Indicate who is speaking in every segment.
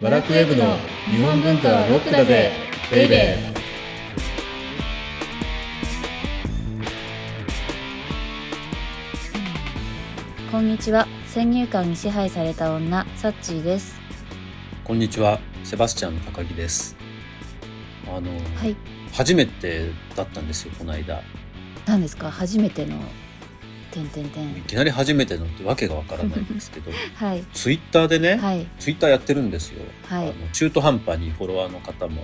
Speaker 1: バラクウェブの日本文化はロックだぜベイベー
Speaker 2: こんにちは先入観に支配された女サッチーです
Speaker 3: こんにちは、セバスチャン高木です。あの、
Speaker 2: はい
Speaker 3: 初めてだったんですよ、この間。
Speaker 2: 何ですか初めてのてんてんて
Speaker 3: い
Speaker 2: ん
Speaker 3: きなり初めてのってわけがわか らないんですけど、
Speaker 2: はい
Speaker 3: ツイッターでね、
Speaker 2: はい
Speaker 3: ツイッターやってるんですよ。
Speaker 2: はい
Speaker 3: あの中途半端にフォロワーの方も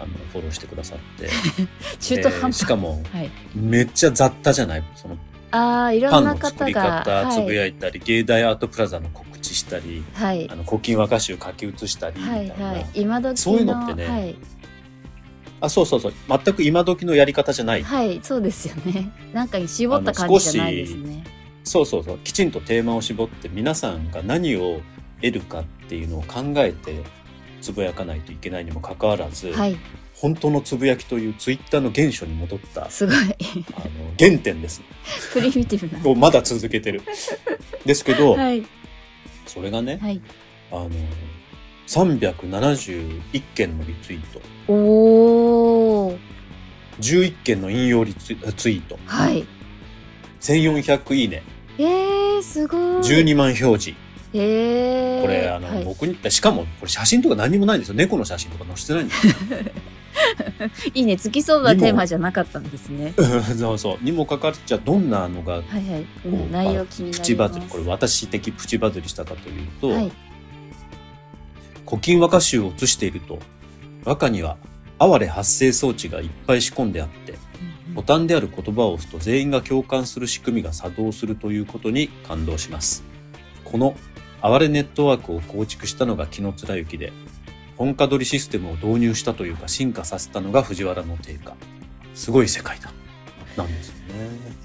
Speaker 3: あのフォローしてくださって、
Speaker 2: 中途半
Speaker 3: で
Speaker 2: 端
Speaker 3: しかも
Speaker 2: はい
Speaker 3: めっちゃ雑多じゃない、その
Speaker 2: ああいろ
Speaker 3: パ
Speaker 2: ん
Speaker 3: ン
Speaker 2: な
Speaker 3: の作
Speaker 2: 方
Speaker 3: り
Speaker 2: が
Speaker 3: 方つぶ
Speaker 2: はい
Speaker 3: やいたり、芸大アートプラザの告知したり、
Speaker 2: はい
Speaker 3: あの古今和歌集書き写したりみ
Speaker 2: は
Speaker 3: たい
Speaker 2: い
Speaker 3: な。
Speaker 2: はい今時
Speaker 3: そういう
Speaker 2: の
Speaker 3: のってね
Speaker 2: はい
Speaker 3: あ、そうそうそう、全く今時のやり方じゃない。
Speaker 2: はいそうですよねなんか絞った感
Speaker 3: あの
Speaker 2: じじゃないですね
Speaker 3: そうそうそうきちんとテーマを絞って皆さんが何を得るかっていうのを考えてつぶやかないといけないにもかかわらず、
Speaker 2: はい
Speaker 3: 本当のつぶやきというツイッターの原初に戻ったあ
Speaker 2: すごい
Speaker 3: の原点です
Speaker 2: プリミティブな
Speaker 3: をまだ続け てるですけど、
Speaker 2: はい
Speaker 3: それがね
Speaker 2: はい
Speaker 3: あの371件のリツイート
Speaker 2: おお
Speaker 3: 11件の引用リツイツイート
Speaker 2: はい
Speaker 3: 1400いいね
Speaker 2: えー、すごい
Speaker 3: 12万表示
Speaker 2: えー、
Speaker 3: これあの、
Speaker 2: はい、
Speaker 3: 僕にしかもこれ写真とか何もないんですよ猫の写真とか載せてないんですよ
Speaker 2: いいねつきそうなテーマじゃなかったんですね
Speaker 3: そうそう。にもかかわらず、じゃあどんなのが
Speaker 2: はいはい、う
Speaker 3: こ
Speaker 2: ん、
Speaker 3: う
Speaker 2: 内容気になります
Speaker 3: プチバズり、これ私的プチバズりしたかというと、
Speaker 2: はい
Speaker 3: 古今和歌集を写していると、和歌には哀れ発生装置がいっぱい仕込んであって、
Speaker 2: うんう
Speaker 3: ボ
Speaker 2: ん
Speaker 3: タンである言葉を押すと全員が共感する仕組みが作動するということに感動します。この哀れネットワークを構築したのが木野貫之で、本家取りシステムを導入したというか進化させたのが藤原の定家。すごい世界だ。なんですよね。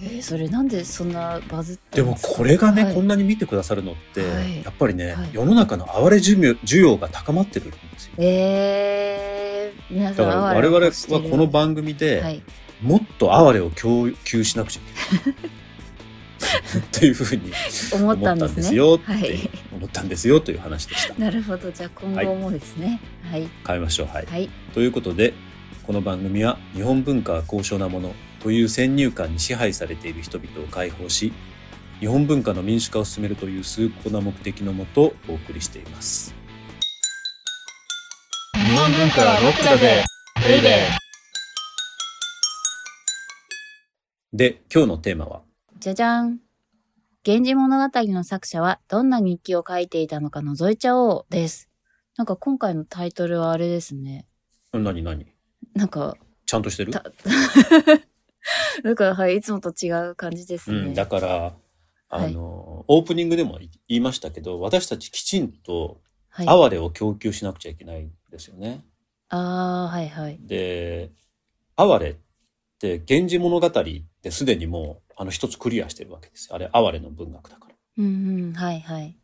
Speaker 2: えー、それなんでそんなバズって
Speaker 3: でもこれがね、こん
Speaker 2: な
Speaker 3: なに見てくださるのって、
Speaker 2: はい
Speaker 3: やっぱりね、
Speaker 2: はい
Speaker 3: 世の中の哀れ需要需要が高まってるんですよ。
Speaker 2: えー、皆さ
Speaker 3: だ
Speaker 2: ん
Speaker 3: から
Speaker 2: 哀
Speaker 3: 我
Speaker 2: れを
Speaker 3: 々は
Speaker 2: 欲してる
Speaker 3: この番組
Speaker 2: は
Speaker 3: で
Speaker 2: い
Speaker 3: もっと哀れを供給しなくちゃい けない。 っていうふうに
Speaker 2: 思
Speaker 3: 思っ
Speaker 2: った
Speaker 3: た
Speaker 2: ん
Speaker 3: ん
Speaker 2: で
Speaker 3: です
Speaker 2: ね
Speaker 3: すよって、
Speaker 2: はい
Speaker 3: 思ったんですよという話でした。
Speaker 2: なるほどじゃあ今後もですねはい
Speaker 3: 変えましょう。はい。
Speaker 2: はい
Speaker 3: ということで、この番組は日本文化は高尚なものという先入観に支配されている人々を解放し、日本文化の民主化を進めるという崇高な目的のもとお送りしています。
Speaker 1: 日本文化はロックだぜベイベー
Speaker 3: で、今日のテーマは、
Speaker 2: じゃじゃん源氏物語の作者はどんな日記を書いていたのか覗いちゃおうですなんか今回のタイトルはあれですね
Speaker 3: 何何
Speaker 2: なんか
Speaker 3: ちゃんとしてる
Speaker 2: たなんかはいいつもと違う感じです
Speaker 3: う
Speaker 2: ね、
Speaker 3: ん、だから、
Speaker 2: はい
Speaker 3: あの、オープニングでも言いましたけど、私たちきちんと
Speaker 2: はい、あ
Speaker 3: 哀れを供給しなくちゃいけないんですよね。
Speaker 2: あーはいはい
Speaker 3: で、哀れって、源氏物語ってすでにもう、あの、一つクリアしてるわけですよ。あれ、哀れの文学だから。
Speaker 2: うんうんはいはい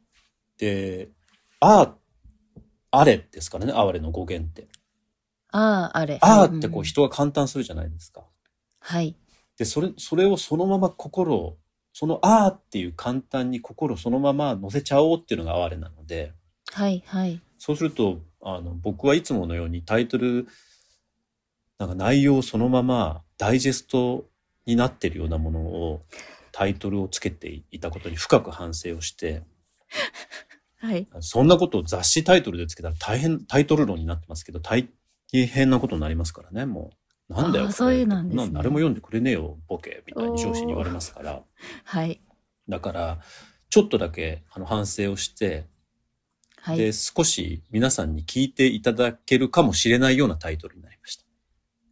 Speaker 3: で、あ、あれですからね、哀れの語源って。
Speaker 2: あああれ
Speaker 3: あーってこう
Speaker 2: 人
Speaker 3: 人が簡単するじゃないですか。
Speaker 2: はい
Speaker 3: で、それ、それをそのまま心を、そのあーっていう簡単に心をそのまま乗せちゃおうっていうのが哀れなので、
Speaker 2: はいはい
Speaker 3: そうすると、あの、僕はいつものようにタイトル、なんか内容そのままダイジェストになってるようなものをタイトルをつけていたことに深く反省をして、
Speaker 2: はい
Speaker 3: そんなことを雑誌タイトルでつけたら大変、タイトル論になってますけど、大大変なことになりますからね、もう。なんだ
Speaker 2: あー
Speaker 3: よ、これ
Speaker 2: そういうなんですね
Speaker 3: な誰も読んでくれねえよ、ボケ、みたいに上司に言われますから。
Speaker 2: はい
Speaker 3: だから、ちょっとだけあの反省をして、
Speaker 2: はい
Speaker 3: で、少し皆さんに聞いていただけるかもしれないようなタイトルになりまし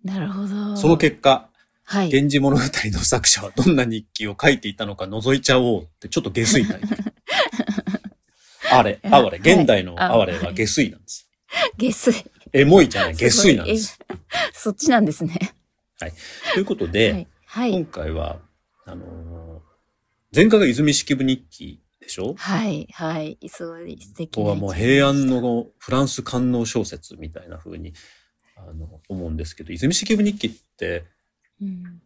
Speaker 3: た。
Speaker 2: なるほど
Speaker 3: その結果、
Speaker 2: はい
Speaker 3: 源氏物語の作者はどんな日記を書いていたのか覗いちゃおうって、ちょっと下水タイト ル。あれ、あわれ、現代のあわれは下水なんです
Speaker 2: 下水
Speaker 3: よ。エモいじゃな い、
Speaker 2: すごい
Speaker 3: 下水なんです。
Speaker 2: そっちなんですね
Speaker 3: ということ
Speaker 2: は
Speaker 3: で
Speaker 2: い、はい
Speaker 3: 今回は、あのー前回が泉式部日記でしょ
Speaker 2: はいはいすごい素敵
Speaker 3: ここはもう平安のフランス官能小説みたいな風に、あの、思うんですけど、泉式部日記って、
Speaker 2: うん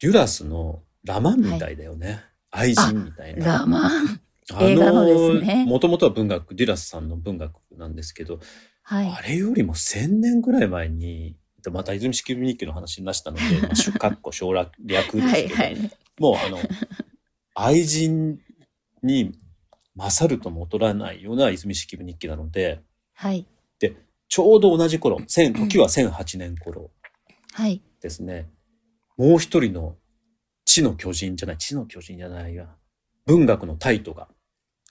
Speaker 3: デュラスのラマンみたいだよね。愛人みたいな。
Speaker 2: ラマン映画のですね
Speaker 3: もともとは文学、デュラスさんの文学なんですけど、
Speaker 2: はい
Speaker 3: あ。れよりも1000年ぐらい前に、また泉式日記の話に出 したので、まあ、しゅかっこ省略略ですけど、
Speaker 2: はいはい。
Speaker 3: もうあの、愛人に勝るとも劣らないような泉式部日記なので、
Speaker 2: はい。
Speaker 3: ちょうど同じ頃、1000時は1008年頃
Speaker 2: はい。
Speaker 3: ですね、もう一人の地の巨人じゃない、地の巨人じゃないが、文学のタイトが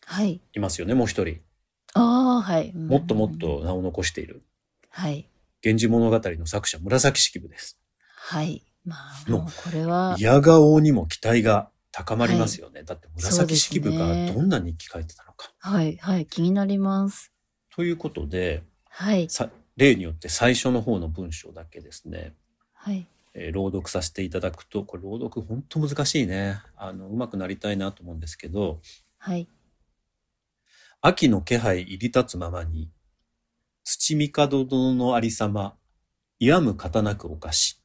Speaker 2: はい。
Speaker 3: いますよね、もう一人。
Speaker 2: ああ、はい。うん
Speaker 3: もっともっ。と名を残している、
Speaker 2: はい。
Speaker 3: 源氏物語の作者、紫式部です。
Speaker 2: はい。まあ、
Speaker 3: もう
Speaker 2: もうこれは、
Speaker 3: いやが応にも期待が高まりますよね。だって
Speaker 2: そうで
Speaker 3: 紫
Speaker 2: す
Speaker 3: 式
Speaker 2: ね
Speaker 3: 部がどんな日記書いてたのか。
Speaker 2: はい。はい。気になります。
Speaker 3: ということで、
Speaker 2: はい。
Speaker 3: さ例によって最初の方の文章だけですね、
Speaker 2: はい。
Speaker 3: えー朗読させていただくと、これ朗読本当難しいね。あの、うまくなりたいなと思うんですけど、
Speaker 2: はい。
Speaker 3: 秋の気配入り立つままに、土帝殿のありさま、病む方なくおかし。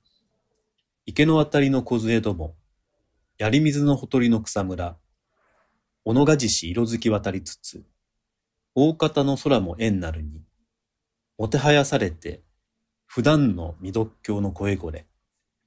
Speaker 3: 池の渡りの梢ども、槍水のほとりの草むら、おのがじし色づき渡りつつ、大方の空も縁なるに、もてはやされて、普段の未読経の声ごれ、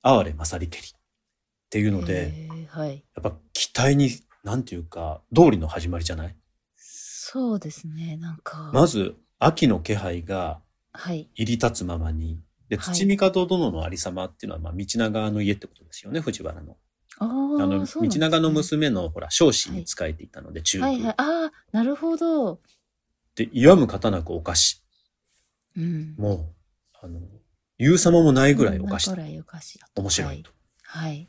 Speaker 3: 哀れ勝りけり。っていうので、
Speaker 2: えーはい。
Speaker 3: やっぱ期待に、なんていうか、道理の始まりじゃない
Speaker 2: そうですね。なんか、
Speaker 3: まず、秋の気配が
Speaker 2: はい。
Speaker 3: 入り立つままに、で、
Speaker 2: はい
Speaker 3: 土帝殿のありさまっていうのは、まあ、道長の家ってことですよね、藤原の。
Speaker 2: ああ
Speaker 3: あの、
Speaker 2: そうなん
Speaker 3: 道
Speaker 2: ですね
Speaker 3: 長の娘の、ほら、彰子に仕えていたので、中
Speaker 2: はいはい。
Speaker 3: 宮
Speaker 2: あ。あ、なるほど。
Speaker 3: で、病む方なくお菓子。
Speaker 2: うん。
Speaker 3: もう、あの、言う様もないぐらいお菓子
Speaker 2: こんな。ぐらいお菓子だと
Speaker 3: 面白いと。
Speaker 2: はい。はい。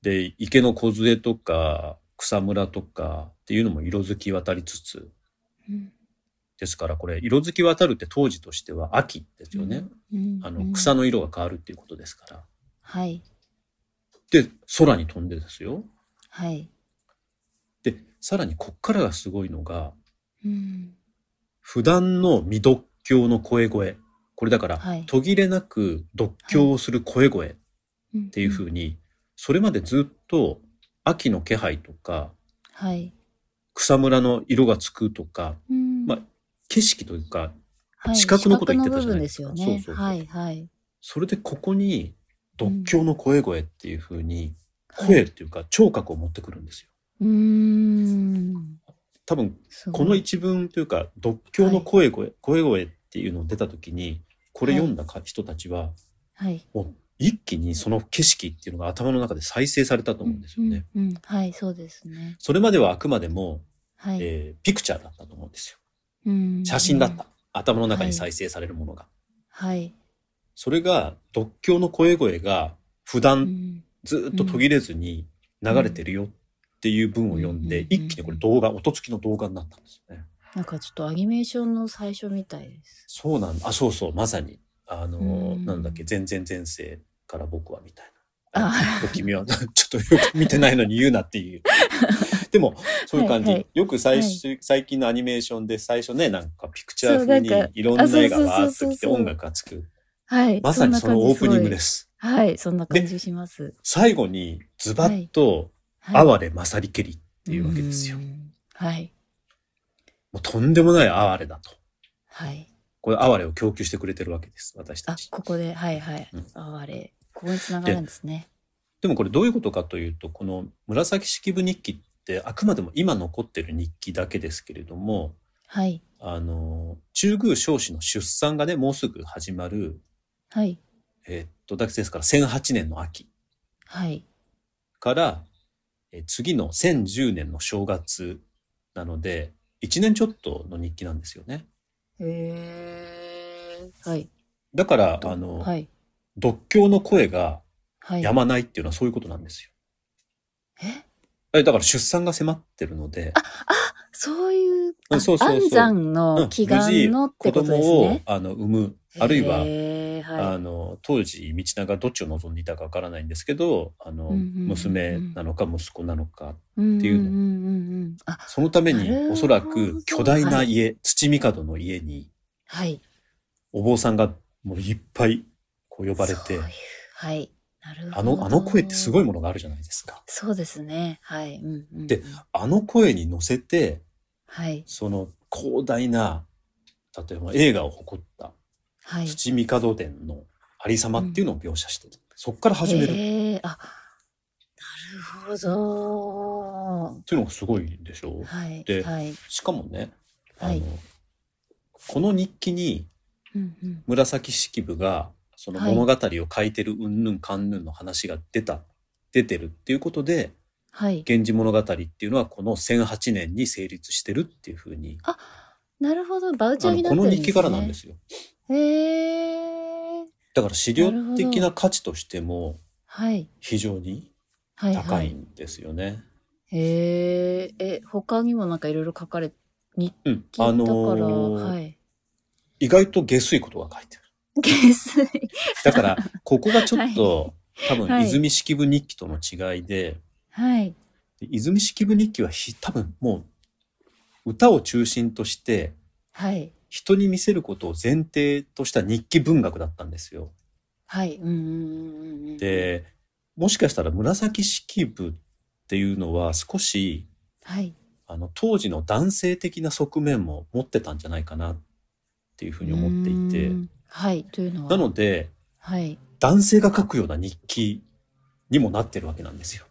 Speaker 3: で、池の梢とか、草むらとかっていうのも色づき渡りつつ、
Speaker 2: うん
Speaker 3: ですからこれ、色づき渡るって当時としては秋ですよね。。
Speaker 2: うん
Speaker 3: あ
Speaker 2: う
Speaker 3: の、
Speaker 2: ん
Speaker 3: 草の色が変わるっていうことですから。
Speaker 2: はい。
Speaker 3: で、空に飛んでですよ。
Speaker 2: はい。
Speaker 3: で、さらにこっからがすごいのが、
Speaker 2: うん。
Speaker 3: 普段の未読経の声声。これだから、
Speaker 2: はい
Speaker 3: 途切れなく読経をする声声っ
Speaker 2: って
Speaker 3: いうふうに、それまでずっと秋の気配とか、
Speaker 2: はい。
Speaker 3: 草むらの色がつくとか、
Speaker 2: うん
Speaker 3: まあ景色というか、
Speaker 2: はい
Speaker 3: 視覚のこと言ってたじゃないで
Speaker 2: ですす
Speaker 3: か
Speaker 2: よね。
Speaker 3: そうそうそう
Speaker 2: はいはい。
Speaker 3: それでここに読経の声声っていうふうに、声っていうか聴覚を持ってくるんですよ。
Speaker 2: うーん。
Speaker 3: 多分、
Speaker 2: すごい
Speaker 3: この一文というか、読経の声声、声声っていうの出た時に、これ読んだか人たちは、
Speaker 2: はい。
Speaker 3: もう一気にその景色っていうのが頭の中で再生されたと思うんですよね。
Speaker 2: うん。うんはい、そうですね。
Speaker 3: それまではあくまでも、
Speaker 2: はい。
Speaker 3: えーピクチャーだったと思うんですよ。
Speaker 2: うん
Speaker 3: 写真だった。。
Speaker 2: うん
Speaker 3: 頭の中に再生されるものが。
Speaker 2: はい。
Speaker 3: それが、独協の声声が普
Speaker 2: う
Speaker 3: 段
Speaker 2: ん
Speaker 3: ずっと途切れずに流れてるよっていう文を読んで、
Speaker 2: うん
Speaker 3: 一気にこれ動画、音付きの動画になったんですよね。
Speaker 2: なんかちょっとアニメーションの最初みたいです。
Speaker 3: そうなんだ。あ、そうそう、まさに。あのー、
Speaker 2: うん
Speaker 3: なんだっけ、全然前世から僕はみたいな。
Speaker 2: あ
Speaker 3: 君は ちょっとよく見てないのに言うなっていう。 でも、そういう感じ。
Speaker 2: はいはい
Speaker 3: よく最,、最近のアニメーションで最初ね、なんかピクチャー風にいろんな絵がわーっと
Speaker 2: そうなんかあそうそうそう
Speaker 3: 来て
Speaker 2: そう
Speaker 3: 音楽がつく。
Speaker 2: はい。。
Speaker 3: まさにそのオープニングですす。
Speaker 2: はい、そんな感じします。
Speaker 3: 最後にズバッと、
Speaker 2: はい
Speaker 3: 哀れ勝りけりっていうわけですよ。
Speaker 2: う
Speaker 3: も
Speaker 2: んはい。
Speaker 3: うとんでもない哀れだと。
Speaker 2: はい。
Speaker 3: これ哀れを供給してくれてるわけです、私た
Speaker 2: あ
Speaker 3: ち、。
Speaker 2: ここで、はいはい
Speaker 3: うん。
Speaker 2: ああれ。ここに繋がるんですね。
Speaker 3: でもこれどういうことかというと、この紫式部日記ってあくまでも今残ってる日記だけですけれども、
Speaker 2: はい。
Speaker 3: あの、中宮少子の出産がね、もうすぐ始まる、
Speaker 2: はい。
Speaker 3: えーっと、だけですから1008年の秋
Speaker 2: はい。
Speaker 3: から、えー次の1010年の正月なので、1年ちょっとの日記なんですよね。
Speaker 2: へー。はい。
Speaker 3: だから、あの、
Speaker 2: はい。
Speaker 3: 独協の声が
Speaker 2: はい。
Speaker 3: やまないっていうのはそういうことなんですよ。
Speaker 2: え
Speaker 3: えだから出産が迫ってるので、
Speaker 2: そういう、
Speaker 3: うん
Speaker 2: あ
Speaker 3: そうそうそう
Speaker 2: 安産
Speaker 3: う
Speaker 2: の
Speaker 3: ん
Speaker 2: 祈願のって
Speaker 3: 無
Speaker 2: こ
Speaker 3: 事子
Speaker 2: とです
Speaker 3: 供を
Speaker 2: ね。
Speaker 3: あの産む、あるいは、
Speaker 2: へー
Speaker 3: あ
Speaker 2: は
Speaker 3: の当時道長どっちを望んでいたかわからないんですけどあの、
Speaker 2: うんうんうんうん
Speaker 3: 娘なのか息子なのか
Speaker 2: い。ん
Speaker 3: っていうの
Speaker 2: んうんうんうん。あ、
Speaker 3: そのために
Speaker 2: なるほど
Speaker 3: おそらく巨大な家、土帝の家に
Speaker 2: はい。
Speaker 3: お坊さんがもういっぱいこう呼ばれ
Speaker 2: そう
Speaker 3: て
Speaker 2: いうはい。なる
Speaker 3: あ
Speaker 2: ほど。
Speaker 3: の、あの声ってすごいものがあるじゃないですか。
Speaker 2: そうですね。はい。うんうん、
Speaker 3: で、あの声に乗せて、
Speaker 2: はい。
Speaker 3: その広大な、例えば映画を誇った
Speaker 2: はい。
Speaker 3: 土御門伝のありさまっていうのを描写してる。そこから始める。
Speaker 2: え
Speaker 3: っ
Speaker 2: ー、あ、なるほど。
Speaker 3: ていうのがすごいでしょ
Speaker 2: はい。
Speaker 3: で
Speaker 2: はい。
Speaker 3: しかもね、あの、
Speaker 2: はい
Speaker 3: この日記に
Speaker 2: うんうん。
Speaker 3: 紫式部がその
Speaker 2: はい
Speaker 3: 物語を書いてるうんぬんかんぬんの話が出た、出てるっていうことで、
Speaker 2: はい。
Speaker 3: 源氏物語っていうのはこの1008年に成立してるっていうふうに、
Speaker 2: あ、なるほど。バウチ
Speaker 3: あ
Speaker 2: ャー
Speaker 3: の
Speaker 2: になって
Speaker 3: こ
Speaker 2: るん
Speaker 3: の
Speaker 2: です、ね。。
Speaker 3: 日記からなんですすよ。
Speaker 2: へえー。
Speaker 3: だから資料的な価値としても
Speaker 2: はい。
Speaker 3: 非常に
Speaker 2: はい、はい。
Speaker 3: 高いんですよね。
Speaker 2: へえ、え、他にもなんかいろいろ書かれ、
Speaker 3: うん、
Speaker 2: 聞いたから、
Speaker 3: あのー
Speaker 2: はい。
Speaker 3: 意外と下水ことが書いてある。
Speaker 2: 下水。
Speaker 3: だからここがちょっと、多分、
Speaker 2: はい
Speaker 3: 泉式部日記との違いで、
Speaker 2: はい。
Speaker 3: で泉式部日記はひ多分もう歌を中心として
Speaker 2: はい。
Speaker 3: 人に見せることを前提とした日記文学だったんですよ。
Speaker 2: はい。うんうんうんうんうん。、
Speaker 3: でもしかしたら紫式部っていうのは少し
Speaker 2: はい。
Speaker 3: あの当時の男性的な側面も持ってたんじゃないかなっていうふうに思っていうて
Speaker 2: ーん。はい。というのは。
Speaker 3: なので
Speaker 2: はい。
Speaker 3: 男性が書くような日記にもなってるわけなんですよ。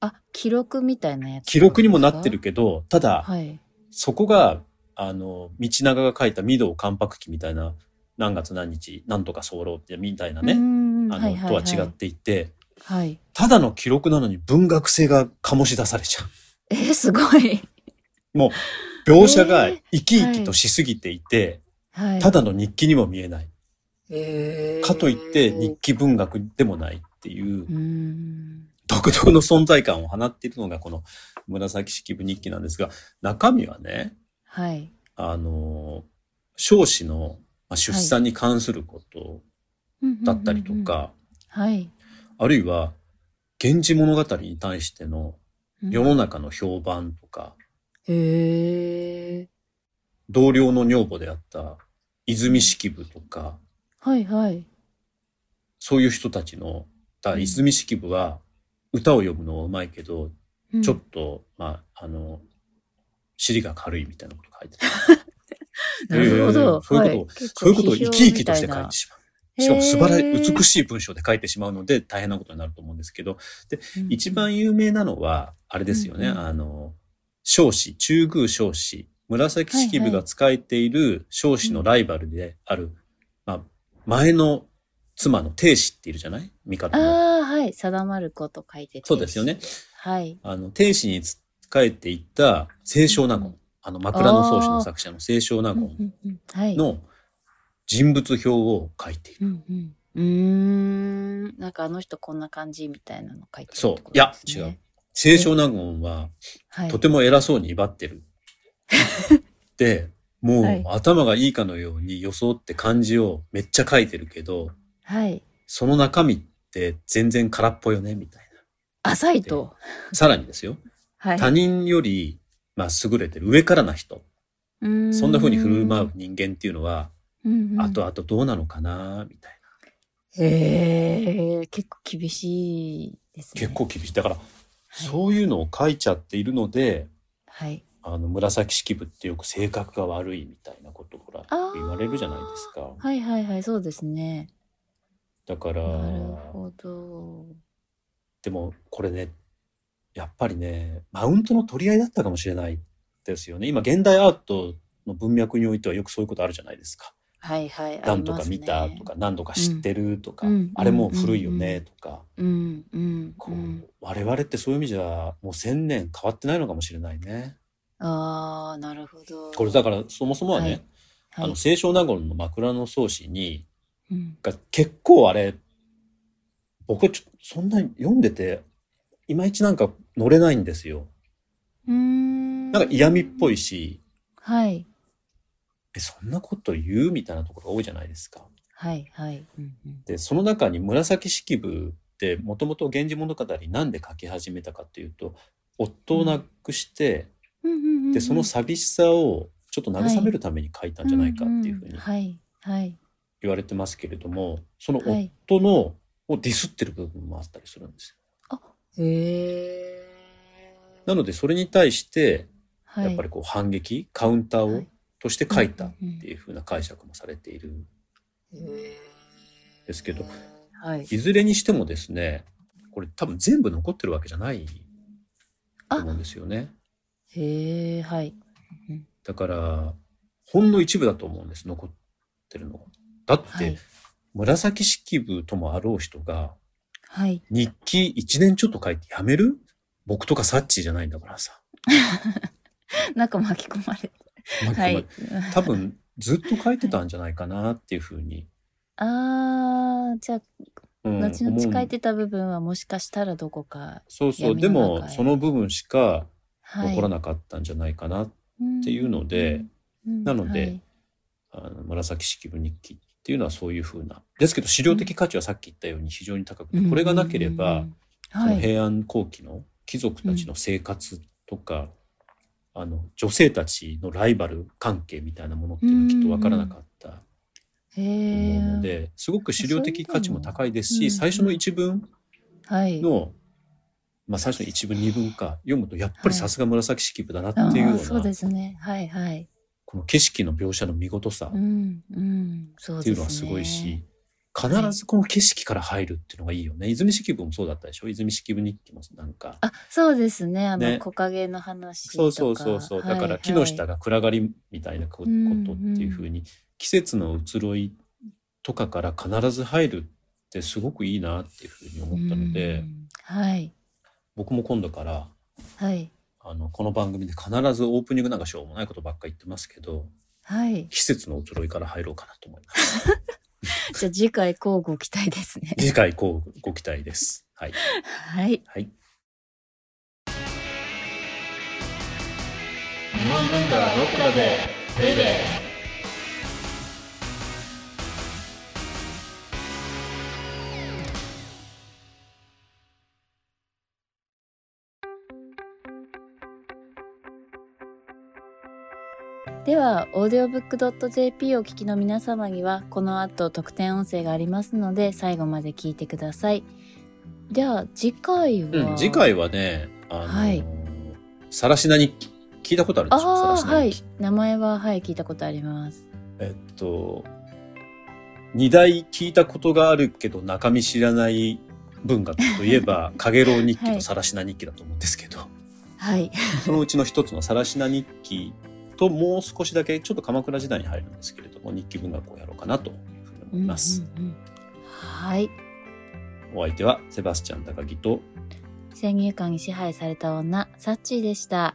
Speaker 2: あ、記録みたいなやつ。
Speaker 3: 記録にもなってる。けどただ
Speaker 2: はい。
Speaker 3: そこが、あの、道長が書いた御堂関白記みたいな、何月何日、なんとか候ってみたいな
Speaker 2: うー
Speaker 3: ね、
Speaker 2: ん
Speaker 3: あ
Speaker 2: は
Speaker 3: の
Speaker 2: い、はい
Speaker 3: とは
Speaker 2: はい
Speaker 3: 違っていて、
Speaker 2: はい。
Speaker 3: ただの記録なのに文学性が醸し出されちゃう。
Speaker 2: えー、すごい。
Speaker 3: 描写が
Speaker 2: えー
Speaker 3: 生き生きとしすぎていて、
Speaker 2: はい。
Speaker 3: ただの日記にも見えない。
Speaker 2: えー
Speaker 3: かといって日記文学でもないっていう
Speaker 2: う、ーん。
Speaker 3: 独特の存在感を放っているのがこの紫式部日記なんですが、中身はね、
Speaker 2: はい。
Speaker 3: あの、少子のまあ出産に関すること、だったり
Speaker 2: う
Speaker 3: と
Speaker 2: んうんうんうん。
Speaker 3: か、
Speaker 2: はい。
Speaker 3: あるいは、源氏物語に対しての
Speaker 2: うん
Speaker 3: 世の中の評判とか、
Speaker 2: へえ。
Speaker 3: 同僚の女房であった泉式部とか、
Speaker 2: はいはい。
Speaker 3: そういう人たちの、だ
Speaker 2: うん
Speaker 3: 泉式部は歌を読むのはうまいけど、
Speaker 2: うん
Speaker 3: ちょっと、まあ、あの、尻が軽いみたいなこと書いてある。
Speaker 2: なるほど。
Speaker 3: そういう
Speaker 2: は
Speaker 3: こと
Speaker 2: 結構
Speaker 3: そういうことを生き生きとし
Speaker 2: 批評み
Speaker 3: て書
Speaker 2: た
Speaker 3: い
Speaker 2: な
Speaker 3: てしまう。しかも素晴らしい、
Speaker 2: し
Speaker 3: 美しい文章で書いてしまうので大変なことになると思うんですけど、
Speaker 2: い
Speaker 3: 一番有名なのは、あれですよね、
Speaker 2: うんうん
Speaker 3: あの、少子、中宮少子、紫式部が使えている少子のライバルである、まあ、前の妻の定子っているじゃない味方の。
Speaker 2: ああ、はい。定まること書いてて
Speaker 3: そうですよ。ね。
Speaker 2: はい。
Speaker 3: あの、定子に仕えていた清少納言、あの、枕草子の作者の清少納
Speaker 2: うん
Speaker 3: 言
Speaker 2: うんうんはい。
Speaker 3: の人物表を書いている。
Speaker 2: うんうん。うーん。なんかあの人こんな感じみたいなの書いてるってことですね
Speaker 3: そういや違う。清少納言は
Speaker 2: はい。
Speaker 3: とても偉そうに威張っ てる。で、も
Speaker 2: は
Speaker 3: う
Speaker 2: い
Speaker 3: 頭がいいかのように装って漢字をめっちゃ書いてるけど、
Speaker 2: はい。
Speaker 3: その中身って全然空っぽよね、みたい
Speaker 2: 浅いと。
Speaker 3: な。さらにですよ。
Speaker 2: はい。
Speaker 3: 他人より、まあ、優れてる上からな人。
Speaker 2: うーん
Speaker 3: そんな風に振る舞う。人間っていうのは、
Speaker 2: うんうん、
Speaker 3: 後々どうなのかな、みたいな。
Speaker 2: へえ、結構厳しいですね。
Speaker 3: 結。構厳しい。だから、
Speaker 2: はい
Speaker 3: そういうのを書いちゃっているので、
Speaker 2: はい。
Speaker 3: あの、紫式部ってよく性格が悪いみたいなこと、ほら、
Speaker 2: あー
Speaker 3: 言われるじゃないですか。
Speaker 2: はいはいはい、そうですね。
Speaker 3: だから、
Speaker 2: なるほど。
Speaker 3: でもこれねやっぱりねマウントの取り合いだったかもしれないですよね今現代アートの文脈においてはよくそういうことあるじゃないですか
Speaker 2: はいはい。あり
Speaker 3: 何度
Speaker 2: ま
Speaker 3: か
Speaker 2: すね
Speaker 3: 見たと。か何度か知ってるとか、
Speaker 2: うん
Speaker 3: あれもう古いよねとか、
Speaker 2: うんうん。う、
Speaker 3: こうん我々ってそういう意味じゃもう千年変わってないのかもしれないね
Speaker 2: ああ、なるほど。
Speaker 3: これだからそもそもはね、
Speaker 2: はいは
Speaker 3: あ
Speaker 2: い
Speaker 3: の。清少納言の枕草子に
Speaker 2: うん
Speaker 3: が結構あれ僕ちょそんなに読んでていまいちなんか乗れないんですよ
Speaker 2: うーん。
Speaker 3: なんか嫌味っぽ
Speaker 2: い。
Speaker 3: いし、
Speaker 2: はい。
Speaker 3: え、そんなこと言うみたいなところが多いじゃないですか。
Speaker 2: はいはい。うんうん
Speaker 3: で、その中に紫式部って、もともと源氏物語なんで書き始めたかっていうと、夫を亡くして、
Speaker 2: うんうんうんうん。
Speaker 3: で、その寂しさをちょっと慰めるために書いたんじゃないかっていう
Speaker 2: う
Speaker 3: ふう
Speaker 2: んうん
Speaker 3: に
Speaker 2: はいはい。
Speaker 3: 言われてますけれども、その
Speaker 2: はい
Speaker 3: 夫のをディスってる部分もあったりするんですよ。
Speaker 2: へえ。
Speaker 3: なのでそれに対して、
Speaker 2: はい、
Speaker 3: やっぱりこう反撃、カウンターを、
Speaker 2: はい
Speaker 3: として書いた
Speaker 2: う
Speaker 3: っ
Speaker 2: んうんうん
Speaker 3: ていう風な解釈もされているん
Speaker 2: へー
Speaker 3: ですけど、
Speaker 2: はい。
Speaker 3: いずれにしてもですね、これ多分全部残ってるわけじゃないと思うんですよね。
Speaker 2: へえ、はい。
Speaker 3: だから、ほんの一部だと思うんです、残ってるのが。だって、
Speaker 2: はい。
Speaker 3: 紫式部ともあろう人が、
Speaker 2: はい。
Speaker 3: 日記一年ちょっと書いてやめる僕とかサッチーじゃないんだからさ。
Speaker 2: なんか巻き込まれて。
Speaker 3: なんか
Speaker 2: はい。
Speaker 3: 多分、ずっと書いてたんじゃないかなっていうふうに。
Speaker 2: ああ、じゃあ、
Speaker 3: うん
Speaker 2: 後々書い。
Speaker 3: 思う
Speaker 2: てた部分はもしかしたらどこか。
Speaker 3: そうそう。
Speaker 2: 闇の中へ
Speaker 3: でも、その部分しか
Speaker 2: はい。
Speaker 3: 残らなかったんじゃないかな。
Speaker 2: って
Speaker 3: いうので、
Speaker 2: うん
Speaker 3: なので
Speaker 2: はい
Speaker 3: あの紫式部日記っていうのはそういうふうな。ですけど、資料的価値はさっき言ったように非常に高くて、これがなければ、、
Speaker 2: うんうんうん
Speaker 3: そ
Speaker 2: は
Speaker 3: の
Speaker 2: い、
Speaker 3: 平安後期の貴族たちの生活とか、あの女性たちのライバル関係みたいなものっていうのはきっと分からなかったと思うの
Speaker 2: へえ、
Speaker 3: で、すごく資料的価値も高いですし、
Speaker 2: そういうのも
Speaker 3: 最初の一文
Speaker 2: はい、
Speaker 3: の、まあ、最初の一文二文か読むとやっぱりさすが紫式部だなっていうよ
Speaker 2: あ
Speaker 3: う
Speaker 2: ー
Speaker 3: な、
Speaker 2: そうですね、はいはい、
Speaker 3: この景色の描写の見事さ
Speaker 2: うんうん、そう
Speaker 3: って
Speaker 2: ですね。
Speaker 3: いうのはすごいし、、
Speaker 2: ね
Speaker 3: 必ずこの景色から入るっていうのがいいよね。泉式部もそうだったでしょ泉式部日記もなんか。
Speaker 2: あ、そうですね、あの、
Speaker 3: ね
Speaker 2: 木陰の話とか、
Speaker 3: そうそうそうそう、だから木
Speaker 2: はいはい
Speaker 3: の下が暗がりみたいなこことっ
Speaker 2: う
Speaker 3: て
Speaker 2: んうん
Speaker 3: いうふうに季節の移ろいとかから必ず入るってすごくいいなっていうふうに思ったの
Speaker 2: う
Speaker 3: で
Speaker 2: んはい
Speaker 3: 僕も今度から
Speaker 2: はい
Speaker 3: あのこの番組で必ずオープニングなんかしょうもないことばっか言ってますけど
Speaker 2: はい、
Speaker 3: 季節の移ろいから入ろうかなと思います。
Speaker 2: じゃあ次回交互期待ですね。
Speaker 3: 次回こうご期待です。はい。
Speaker 2: はい、
Speaker 3: はい。
Speaker 1: 日本文化はロックだぜベイベー
Speaker 2: では audiobook.jp をお聞きの皆様にはこの後特典音声がありますので最後まで聞いてください。では次回は、
Speaker 3: うん、次回はね、あの
Speaker 2: はい
Speaker 3: さらしな日記聞いたことあるでしょ
Speaker 2: ああ
Speaker 3: さらしな
Speaker 2: は
Speaker 3: 日
Speaker 2: い
Speaker 3: 記。
Speaker 2: 名前ははい聞いたことあります。
Speaker 3: えっと、二大聞いたことがあるけど中身知らない文学とい えば、かげろう日記
Speaker 2: はい
Speaker 3: とさらしな日記だと思うんですけど、
Speaker 2: はい
Speaker 3: そのうちの一つのさらしな日記ともう少しだけちょっと鎌倉時代に入るんですけれども、日記文学をやろうかなというふうに思います。
Speaker 2: うんうんうんはい
Speaker 3: お相手はセバスチャン高木と
Speaker 2: 先入観に支配された女サッチーでした。